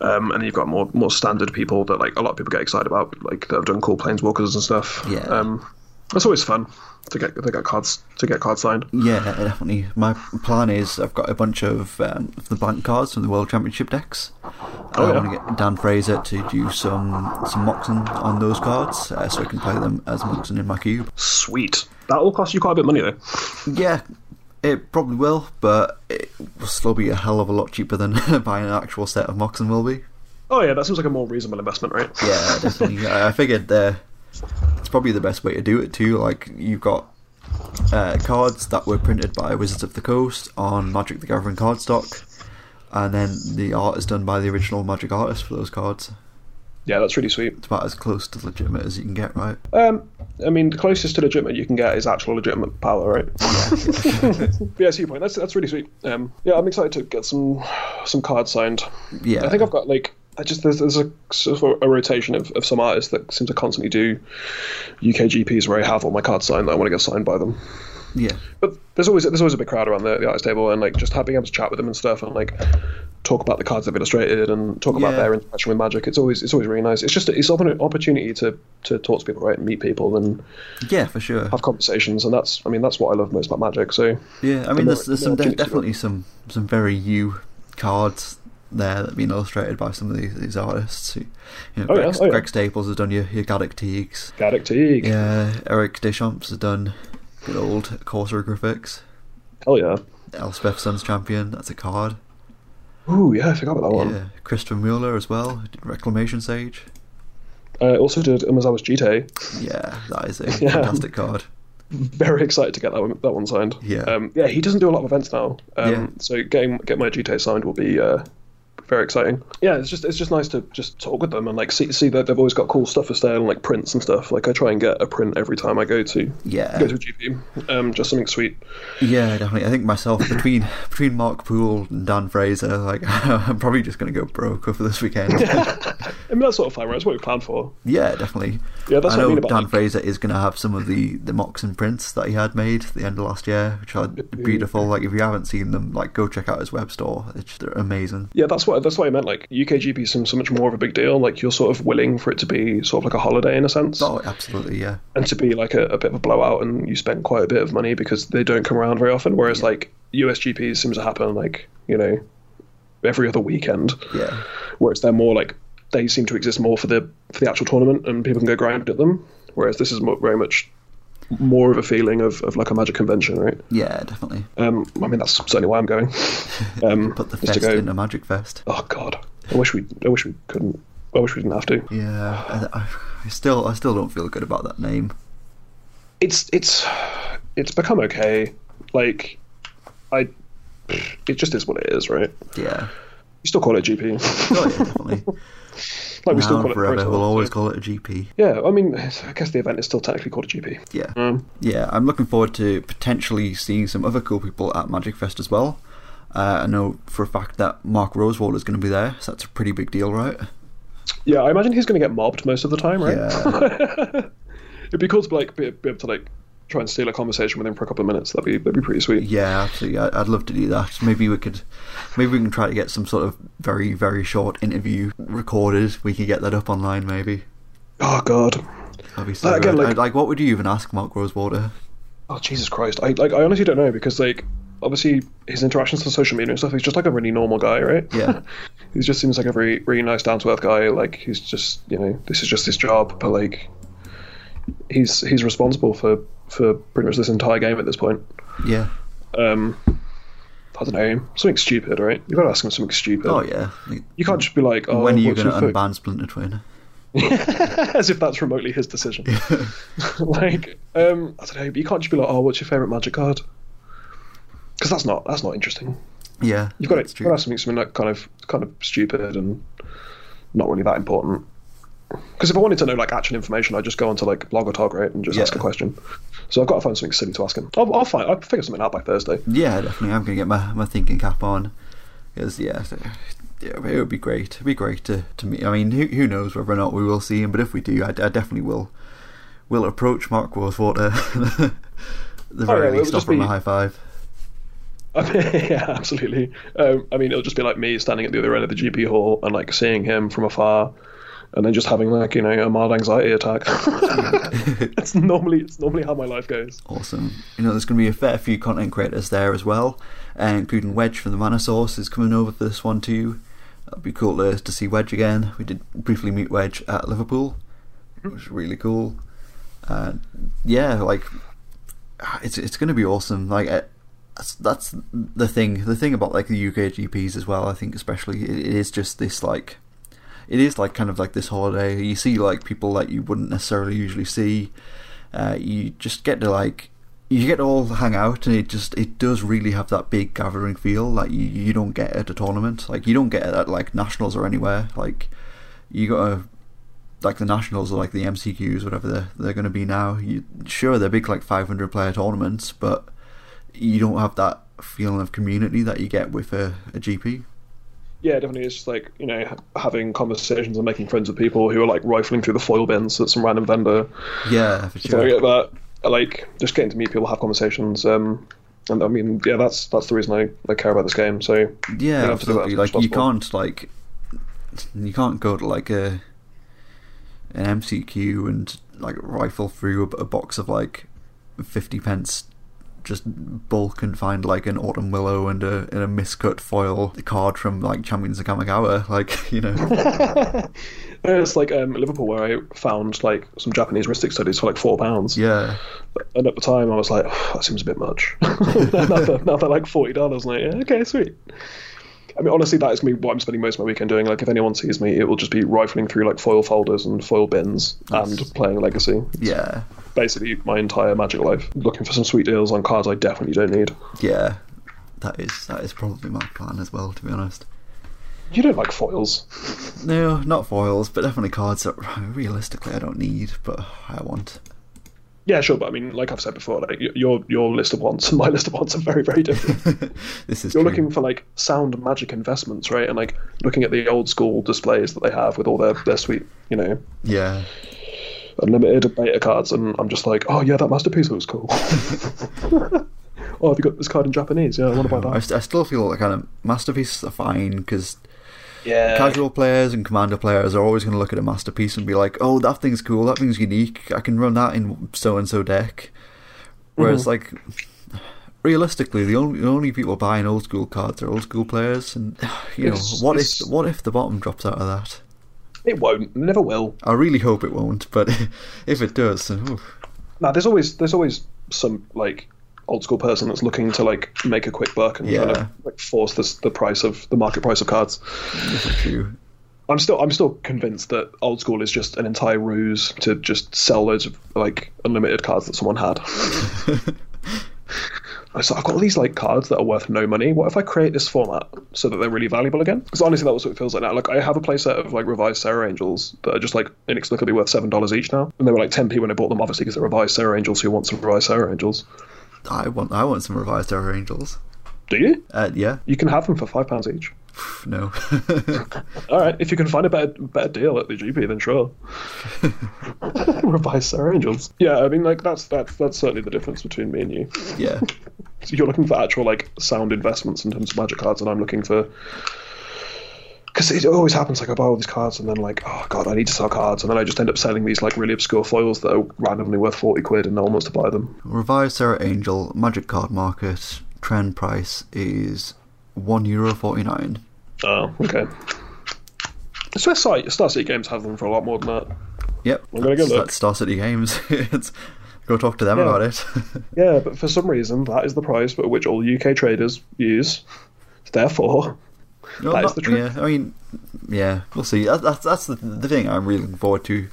Um, and you've got more more standard people that like a lot of people get excited about, like that have done cool Planeswalkers and stuff.
Yeah.
Um, it's always fun to get to get cards to get cards signed.
Yeah, definitely. My plan is I've got a bunch of um, of the blank cards from the World Championship decks.
Oh,
I
yeah.
want to get Dan Fraser to do some some moxon on those cards, uh, so I can play them as moxon in my cube.
Sweet. That will cost you quite a bit of money though.
Yeah, it probably will, but it will still be a hell of a lot cheaper than buying an actual set of moxon will be.
Oh yeah, that seems like a more reasonable investment, right?
Yeah, definitely. I I figured uh, it's probably the best way to do it too. Like you've got uh, cards that were printed by Wizards of the Coast on Magic: The Gathering cardstock, and then the art is done by the original Magic artist for those cards.
Yeah, that's really sweet.
It's about as close to legitimate as you can get, right?
Um, I mean, the closest to legitimate you can get is actual legitimate power, right? but yeah, I see your point. That's that's really sweet. Um, yeah, I'm excited to get some some cards signed.
Yeah,
I think I've got like I just there's, there's a sort of a rotation of, of some artists that seem to constantly do UK GPs where I have all my cards signed that I want to get signed by them.
yeah,
But there's always there's always a big crowd around the, the artist table and like just having able to chat with them and stuff and like talk about the cards they've illustrated and talk
Yeah.
about their interaction with magic. It's always it's always really nice. It's just it's often an opportunity to to talk to people, right, and meet people and
yeah, for sure.
have conversations, and that's I mean that's what I love most about magic. So
Yeah, I mean,
more-
there's, there's some
more
de-
opportunity.
definitely some some very you cards there that have been illustrated by some of these, these artists. Who, you know,
Oh, yeah,
Greg,
oh, yeah.
Greg Staples has done your, your Gaddock Teagues.
Gaddock Teague,
Yeah, Eric Deschamps has done good old Corsair graphics.
hell yeah.
Elspeth Sun's champion, that's a card.
Ooh yeah, I forgot about that one.
Yeah, Christopher Mueller as well, who did Reclamation Sage.
I Uh, also did Umazawa's GTA.
Yeah, that is a
Yeah.
fantastic card.
Very excited to get that one, that one signed.
Yeah.
um, yeah. He doesn't do a lot of events now, um,
Yeah.
so getting get my GTA signed will be uh, very exciting. Yeah, it's just it's just nice to just talk with them and like see see that they've always got cool stuff for sale and like prints and stuff. Like I try and get a print every time I go to go
Yeah,
to a GP. Um, just something sweet.
yeah, definitely. I think myself between between Mark Poole and Dan Fraser, like I'm probably just gonna go broke over this weekend.
I mean that's sort of fun, right? It's what we planned for.
yeah, definitely.
Yeah, that's
I
what I
know
mean about
Dan
like-
Fraser is gonna have some of the the mocks and prints that he had made at the end of last year, which are beautiful. Like if you haven't seen them, like go check out his web store. It's, they're amazing.
Yeah, that's what that's what I meant. Like UKGP seems so much more of a big deal. Like you're sort of willing for it to be sort of like a holiday in a sense,
Oh, absolutely, yeah.
and to be like a, a bit of a blowout, and you spend quite a bit of money because they don't come around very often. Whereas like USGP seems to happen like you know every other weekend,
Yeah.
whereas they're more like they seem to exist more for the for the actual tournament, and people can go grind at them. Whereas this is mo- very much more of a feeling of, of like a magic convention, right?
Yeah, definitely.
Um, I mean that's certainly why I'm going. Um,
Put the
just
fest
to go-
in a magic fest.
Oh God, I wish we, I wish we couldn't, I wish we didn't have to.
Yeah, I, I- I still, I still don't feel good about that name.
It's, it's, it's become okay. Like, I, it just is what it is, right?
Yeah.
You still call it GP,
Oh, yeah, definitely.
like we
now
still
and
call it.
forever,
Proton,
we'll
so-
always call it a GP.
Yeah, I mean, I guess the event is still technically called a GP.
Yeah.
Um,
Yeah, I'm looking forward to potentially seeing some other cool people at Magic Fest as well. Uh, I know for a fact that Mark Rosewall is going to be there, so that's a pretty big deal, right?
Yeah, I imagine he's going to get mobbed most of the time, right?
Yeah.
It'd be cool to like be, be able to like try and steal a conversation with him for a couple of minutes. That'd be that'd be pretty sweet.
yeah, absolutely. I- I'd love to do that. Maybe we could, maybe we can try to get some sort of very, very short interview recorded. We can get that up online, maybe.
Oh God.
That'd be so
Uh, again,
good.
like-
I'd- like, what would you even ask Mark Rosewater?
Oh Jesus Christ. I like I honestly don't know because like obviously his interactions on social media and stuff. He's just like a really normal guy, right?
Yeah.
he just seems like a very really nice down to earth guy. Like he's just you know this is just his job, but like he's he's responsible for for pretty much this entire game at this point.
Yeah.
Um. I don't know, something stupid, right? You've got to ask him something stupid.
Oh, yeah. Like,
You can't just be like, oh,
when are you
what's
going
your
to
foot-
unban Splinter Twin?
As if that's remotely his decision. like, um, I don't know, but you can't just be like, oh, what's your favourite magic card? Because that's not that's not interesting.
Yeah.
You've got
that's
to, have something something like kind of kind of stupid and not really that important. Because if I wanted to know like actual information, I'd just go onto like blog or talk right and just
Yeah.
ask a question. So I've got to find something silly to ask him. I'll, I'll find I'll figure something out by Thursday.
Yeah, definitely. I'm gonna get my, my thinking cap on because yeah, so- yeah, it would be great. It'd be great to, to meet. I mean, who, who knows whether or not we will see him? But if we do, I, I definitely will will approach Mark Rosewater. the very
Oh, yeah, it
least,
would just
offer him a
be-
high five.
I mean, yeah, absolutely. Um, I mean, it'll just be like me standing at the other end of the GP hall and like seeing him from afar, and then just having like you know a mild anxiety attack. it's normally it's normally how my life goes.
Awesome. You know, there's going to be a fair few content creators there as well, uh, including Wedge from the Mana Source is coming over for this one too. That'd be cool to, to see Wedge again. We did briefly meet Wedge at Liverpool, which was really cool. Uh, yeah, like ah, it's it's going to be awesome. Like uh, that's that's the thing. The thing about like the UK GPs as well. I think especially it, it is just this like it is like kind of like this holiday. You see like people that you wouldn't necessarily usually see. Uh, you just get to like you get to all hang out, and it just it does really have that big gathering feel like you you don't get at a tournament. Like you don't get it at like nationals or anywhere. Like you gotta. Like the nationals or like the MCQs, whatever they're, they're going to be now. You, sure, they're big like 500 player tournaments, but you don't have that feeling of community that you get with a, a GP.
Yeah, definitely. It's just like you know ha- having conversations and making friends with people who are like rifling through the foil bins at some random vendor.
Yeah, for
Something
sure.
like that. Like just getting to meet people, have conversations. Um, and I mean, yeah, that's that's the reason I, I care about this game. So
Yeah, absolutely.
Yeah, absolutely.
Like you
Responsible.
can't like you can't go to like a an MCQ and like rifle through a, a box of like fifty pence just bulk and find like an autumn willow and a and a miscut foil card from like Champions of Kamagawa. Like you know,
Yeah, it's like um, Liverpool where I found like some Japanese rustic studies for like four pounds.
yeah,
And at the time, I was like, that seems a bit much. now, they're, now they're like forty dollars. Like, yeah, okay, sweet. I mean, honestly, that is gonna be what I'm spending most of my weekend doing. Like, if anyone sees me, it will just be rifling through like foil folders and foil bins and playing Legacy.
yeah,
Basically, my entire Magic life, looking for some sweet deals on cards I definitely don't need.
yeah. That is that is probably my plan as well. To be honest.
You don't like foils.
No, not foils, but definitely cards that realistically I don't need, but I want.
Yeah, sure, but I mean, like I've said before, like y- your your list of wants and my list of wants are very, very different.
This is
you're
true.
looking for like sound magic investments right and like looking at the old school displays that they have with all their their sweet you know
yeah,
unlimited beta cards and i'm just like oh yeah that masterpiece looks cool oh have you got this card in japanese yeah i want to buy
I,
that
st- I still feel like kind of masterpieces are fine because
yeah
casual players and commander players are always going to look at a masterpiece and be like, "Oh, that thing's cool. That thing's unique. I can run that in so and so deck." Whereas, like, realistically, the only the only people buying old school cards are old school players, and you know,
It's-
what
it's-
if what if the bottom drops out of that?
it won't never will
I really hope it won't, but if it does, then, oof.
now there's always there's always some like old school person that's looking to like make a quick buck and trying
Yeah.
to like force this the price of the market price of cards
phew.
I'm still I'm still convinced that old school is just an entire ruse to just sell loads of like unlimited cards that someone had. I was like, I've got all these like cards that are worth no money. What if I create this format so that they're really valuable again? Because honestly, that's what it feels like now. Like I have a playset of like revised Sarah Angels that are just like inexplicably worth seven dollars each now, and they were like ten p when I bought them, obviously because they're revised Sarah Angels. Who wants some revised Sarah Angels?
I want I want some revised Terror Angels.
Do you?
Uh, yeah,
You can have them for five pounds each.
pff, no.
All right, if you can find a better better deal at the GP, then sure. revised Sarah Angels. Yeah, I mean like that's that's that's certainly the difference between me and you.
yeah,
So you're looking for actual like sound investments in terms of magic cards, and I'm looking for because it always happens. Like I buy all these cards, and then like oh god, I need to sell cards, and then I just end up selling these like really obscure foils that are randomly worth forty quid, and no one wants to buy them.
revised Terror Angel Magic Card Market trend price is one euro forty nine.
Oh, okay. So Star, Star City Games have them for a lot more than that.
Yep,
I'm gonna go
that's,
look.
that's Star City Games. It's- go talk to them
Yeah.
about it.
Yeah, but for some reason that is the price at which all UK traders use. Therefore,
No,
That is the truth.
Yeah, I mean, yeah, we'll see. That, that's that's the, the thing I'm really looking forward to.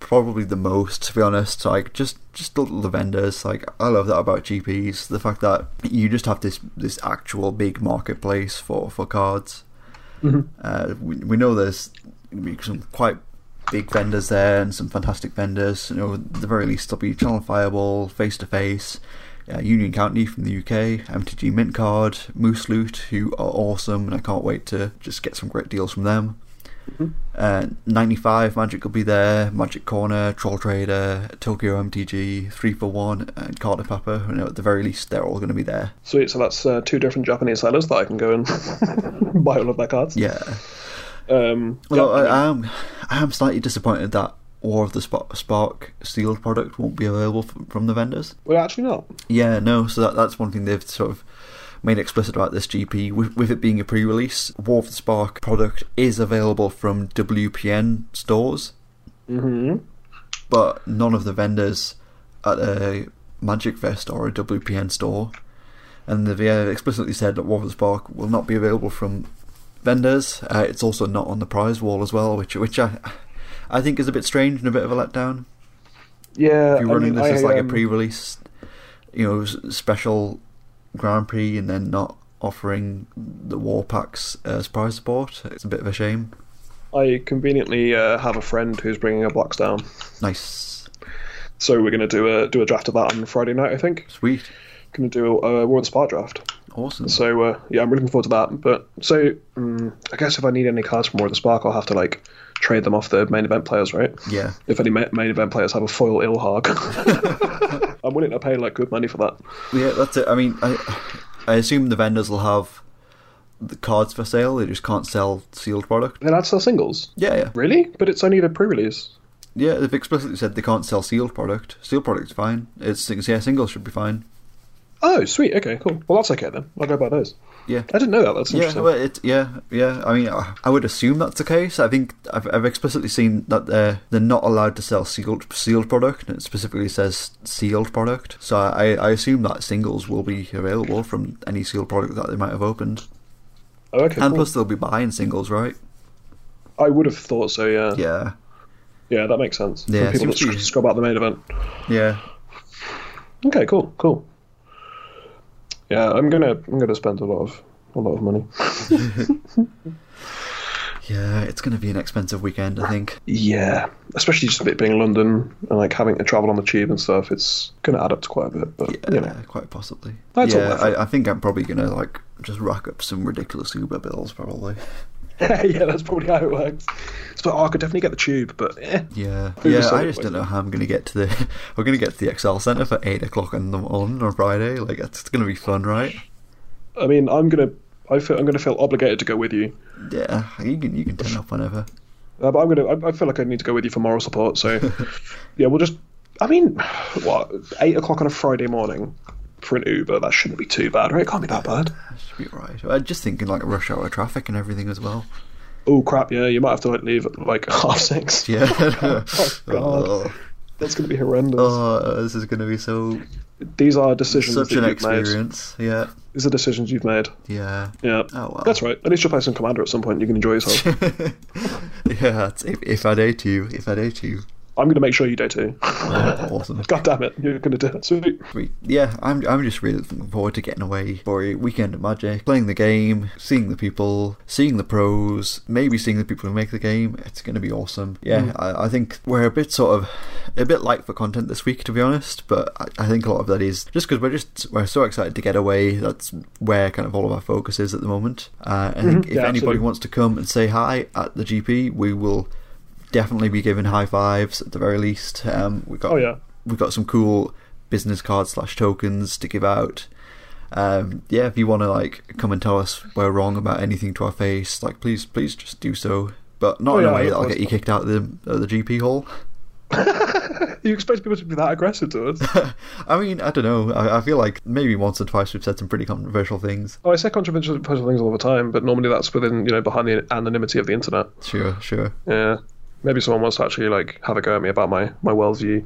Probably the most, to be honest. Like just just the, the vendors. Like I love that about GPs. The fact that you just have this this actual big marketplace for for cards. Uh, we, we know there's gonna be some quite big vendors there and some fantastic vendors. You know, at the very least, there'll be Channel Fireball, Face to Face, uh, Union County from the UK, MTG Mint Card, Moose Loot, who are awesome, and I can't wait to just get some great deals from them. Uh, 95 Magic will be there, Magic Corner, Troll Trader, Tokyo MTG, 3 for 1, and Carter Papa. You know, at the very least, they're all going to be there.
sweet. So that's uh, two different Japanese sellers that I can go and buy all of their cards.
Yeah.
Um,
Well, uh,
yeah, I mean-
I, I am, I am slightly disappointed that War of the Spark, Spark sealed product won't be available from, from the vendors.
Well, actually not.
Yeah, no. So that, that's one thing they've sort of made explicit about this GP. With, with it being a pre-release, War of the Spark product is available from WPN stores,
hmm
but none of the vendors at a Magic Fest or a WPN store, and they've uh, explicitly said that War of the Spark will not be available from vendors. Uh, it's also not on the prize wall as well, which which I I think is a bit strange and a bit of a letdown
Yeah,
if you're running
Uh,
this
I mean, I,
as like a
um,
pre-release, you know, s- special Grand Prix, and then not offering the war packs as prize support, it's a bit of a shame.
I conveniently uh, have a friend who's bringing a box down,
Nice,
so we're going to do a do a draft of that on Friday night. I think
sweet,
going to do a uh, War of the Spark draft.
awesome.
So uh, yeah, I'm looking forward to that. But so um, I guess if I need any cards from War of the Spark, I'll have to like trade them off the main event players, right?
Yeah,
If any ma- main event players have a foil Ilhag, I'm willing to pay like good money for that.
yeah, that's it. I mean, I I assume the vendors will have the cards for sale. They just can't sell sealed product.
Then I'd sell singles.
Yeah, yeah,
Really? But it's only the pre-release.
yeah. They've explicitly said they can't sell sealed product. Sealed product's fine. It's yeah, singles should be fine.
Oh, sweet. Okay, cool. Well, that's okay then. I'll go buy those.
Yeah.
I didn't know that. That's
Yeah,
interesting.
well, it, yeah, yeah. I mean, I I would assume that's the case. I think I've, I've explicitly seen that they're they're not allowed to sell sealed sealed product, and it specifically says sealed product. So I, I assume that singles will be available from any sealed product that they might have opened,
oh, okay.
and
cool.
plus they'll be buying singles, right?
I would have thought so. Yeah. Yeah,
Yeah,
that makes sense.
Yeah,
For people that
seems to
sc-
be-
scrub out the main event.
yeah.
Okay, cool, cool. Yeah, I'm gonna I'm gonna spend a lot of a lot of money.
Yeah, it's going to be an expensive weekend, I think.
Yeah, especially just it being London and like having to travel on the tube and stuff. It's gonna add up to quite a bit, but
Yeah,
you know.
quite possibly.
That's all
yeah,
worth it.
I, I think I'm probably going to like just rack up some ridiculous Uber bills, probably.
yeah, that's probably how it works. It's like, oh, I could definitely get the tube, but eh.
Yeah,
Who
yeah. I
decided
just
what-
don't know how I'm going to get to the. We're going to get to the Excel Center for eight o'clock in the morning on Friday. Like it's going to be fun, right?
I mean, I'm gonna I feel I'm gonna feel obligated to go with you,
Yeah, you can you can turn up whenever.
uh, but I'm gonna I, I feel like I need to go with you for moral support. So yeah, we'll just I mean, what eight o'clock on a Friday morning for an Uber? That shouldn't be too bad, right? It can't be that bad.
That should be right. I'm just thinking like rush hour traffic and everything as well.
Oh crap! Yeah, you might have to like leave at like half six.
Yeah.
God.
Oh,
That's going to be horrendous.
oh, this is going to be so
These are decisions
such
that
an
you've made.
experience. Yeah,
These are decisions you've made.
yeah.
Yeah.
Oh well.
That's right. At least you'll play some commander at some point. You can enjoy yourself.
yeah, it's if, if I date you, if I date you.
I'm going to make sure you do too.
awesome.
God damn it, you're going to do it. Sweet.
Sweet. Yeah, I'm, I'm just really looking forward to getting away for a weekend at Magic, playing the game, seeing the people, seeing the pros, maybe seeing the people who make the game. It's going to be awesome. Yeah,
Mm.
I, I think we're a bit sort of a bit light for content this week, to be honest. But I, I think a lot of that is just because we're just we're so excited to get away. That's where kind of all of our focus is at the moment. Uh, I think if
Mm-hmm. Yeah,
anybody
absolutely.
wants to come and say hi at the GP, we will definitely be giving high fives at the very least. Um, we got
Oh, yeah.
we got some cool business cards slash tokens to give out. Um, yeah, if you want to like come and tell us we're wrong about anything to our face, like please please just do so. But not
Oh,
in a
yeah,
way
of
that'll
course.
get you kicked out of the, of the GP hall.
You expect people to be that aggressive to us?
I mean, I don't know. I, I feel like maybe once or twice we've said some pretty controversial things.
oh, I say controversial controversial things all the time, but normally that's within, you know, behind the anonymity of the internet.
Sure, sure.
Yeah. Maybe someone wants to actually, like, have a go at me about my, my worldview.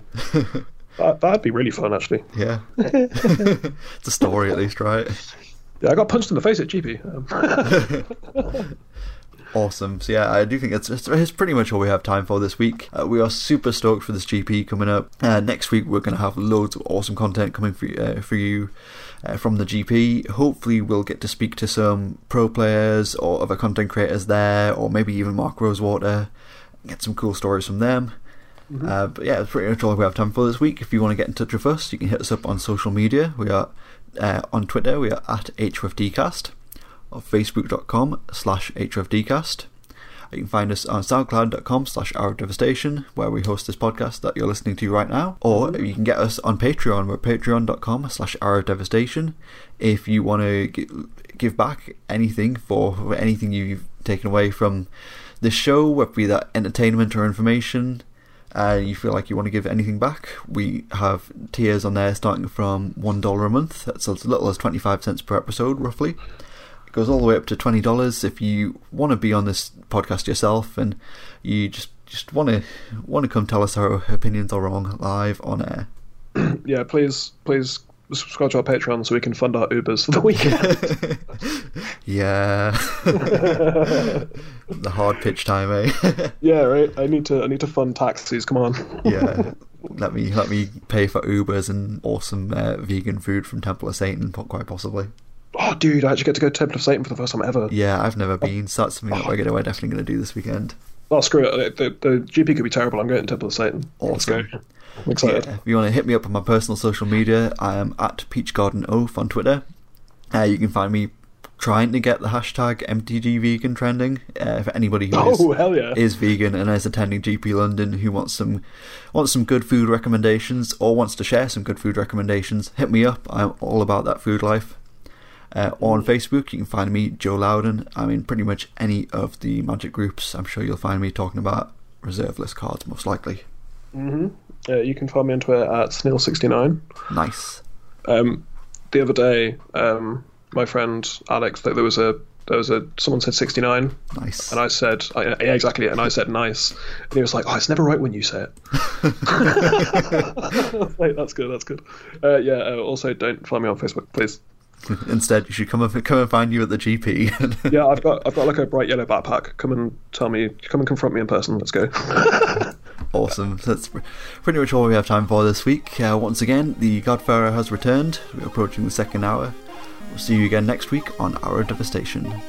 that, that'd be really fun, actually.
Yeah. it's a story at least, right?
Yeah, I got punched in the face at GP. Um,
Awesome. So yeah, I do think that's, that's that's pretty much all we have time for this week. Uh, we are super stoked for this GP coming up. Uh, next week we're going to have loads of awesome content coming for you, uh, for you uh, from the GP. Hopefully we'll get to speak to some pro players or other content creators there, or maybe even Mark Rosewater. Get some cool stories from them. Uh, but yeah, that's pretty much all we have time for this week. If you want to get in touch with us, you can hit us up on social media. We are uh, on Twitter. We are at HFDcast or facebook.com slash hfdcast. You can find us on soundcloud.com slash hour of devastation, where we host this podcast that you're listening to right now. Or you can get us on Patreon, we're patreon.com slash hour of devastation. If you want to gi- give back anything for for anything you've taken away from this show, whether it be that entertainment or information, uh, you feel like you want to give anything back, we have tiers on there starting from $1 a month. That's as little as 25 cents per episode, roughly. It goes all the way up to twenty dollars if you want to be on this podcast yourself and you just just want to want to come tell us our opinions are wrong live on air.
yeah, please, please subscribe to our Patreon so we can fund our Ubers for the weekend.
Yeah, the hard pitch time, eh?
yeah, right. I need to, I need to fund taxis. Come on.
yeah, let me let me pay for Ubers and awesome uh, vegan food from Temple of Satan, po- quite possibly.
Oh, dude, I actually get to go to Temple of Satan for the first time ever.
Yeah, I've never been, so that's something that we're gonna we're definitely gonna do this weekend.
Oh, screw it. The, the, the GP could be terrible. I'm going to Temple of Satan.
Awesome.
I'm excited.
Yeah, if you want to hit me up on my personal social media, I am at Peach Garden Oath on Twitter. Uh, you can find me trying to get the hashtag MTGVegan trending. Uh, for anybody who is
Oh, hell yeah.
is vegan and is attending GP London who wants some wants some good food recommendations or wants to share some good food recommendations, hit me up. I'm all about that food life. Uh, or on Facebook, you can find me Joe Loudon. I'm in pretty much any of the magic groups. I'm sure you'll find me talking about reserve list cards most likely.
Uh, you can find me on Twitter at snail69.
Nice.
Um, the other day, um, my friend Alex, there was a there was a someone said 69,
Nice.
and I said I, yeah, exactly, and I said nice, and he was like, oh, it's never right when you say it. I was like, that's good, that's good. Uh, yeah. Uh, also, don't find me on Facebook, please.
Instead, you should come and come and find you at the GP.
Yeah, I've got I've got like a bright yellow backpack. Come and tell me, come and confront me in person. Let's go.
awesome. So that's pretty much all we have time for this week. Uh, once again, the Godfarer has returned. We're approaching the second hour. We'll see you again next week on Hour of Devastation.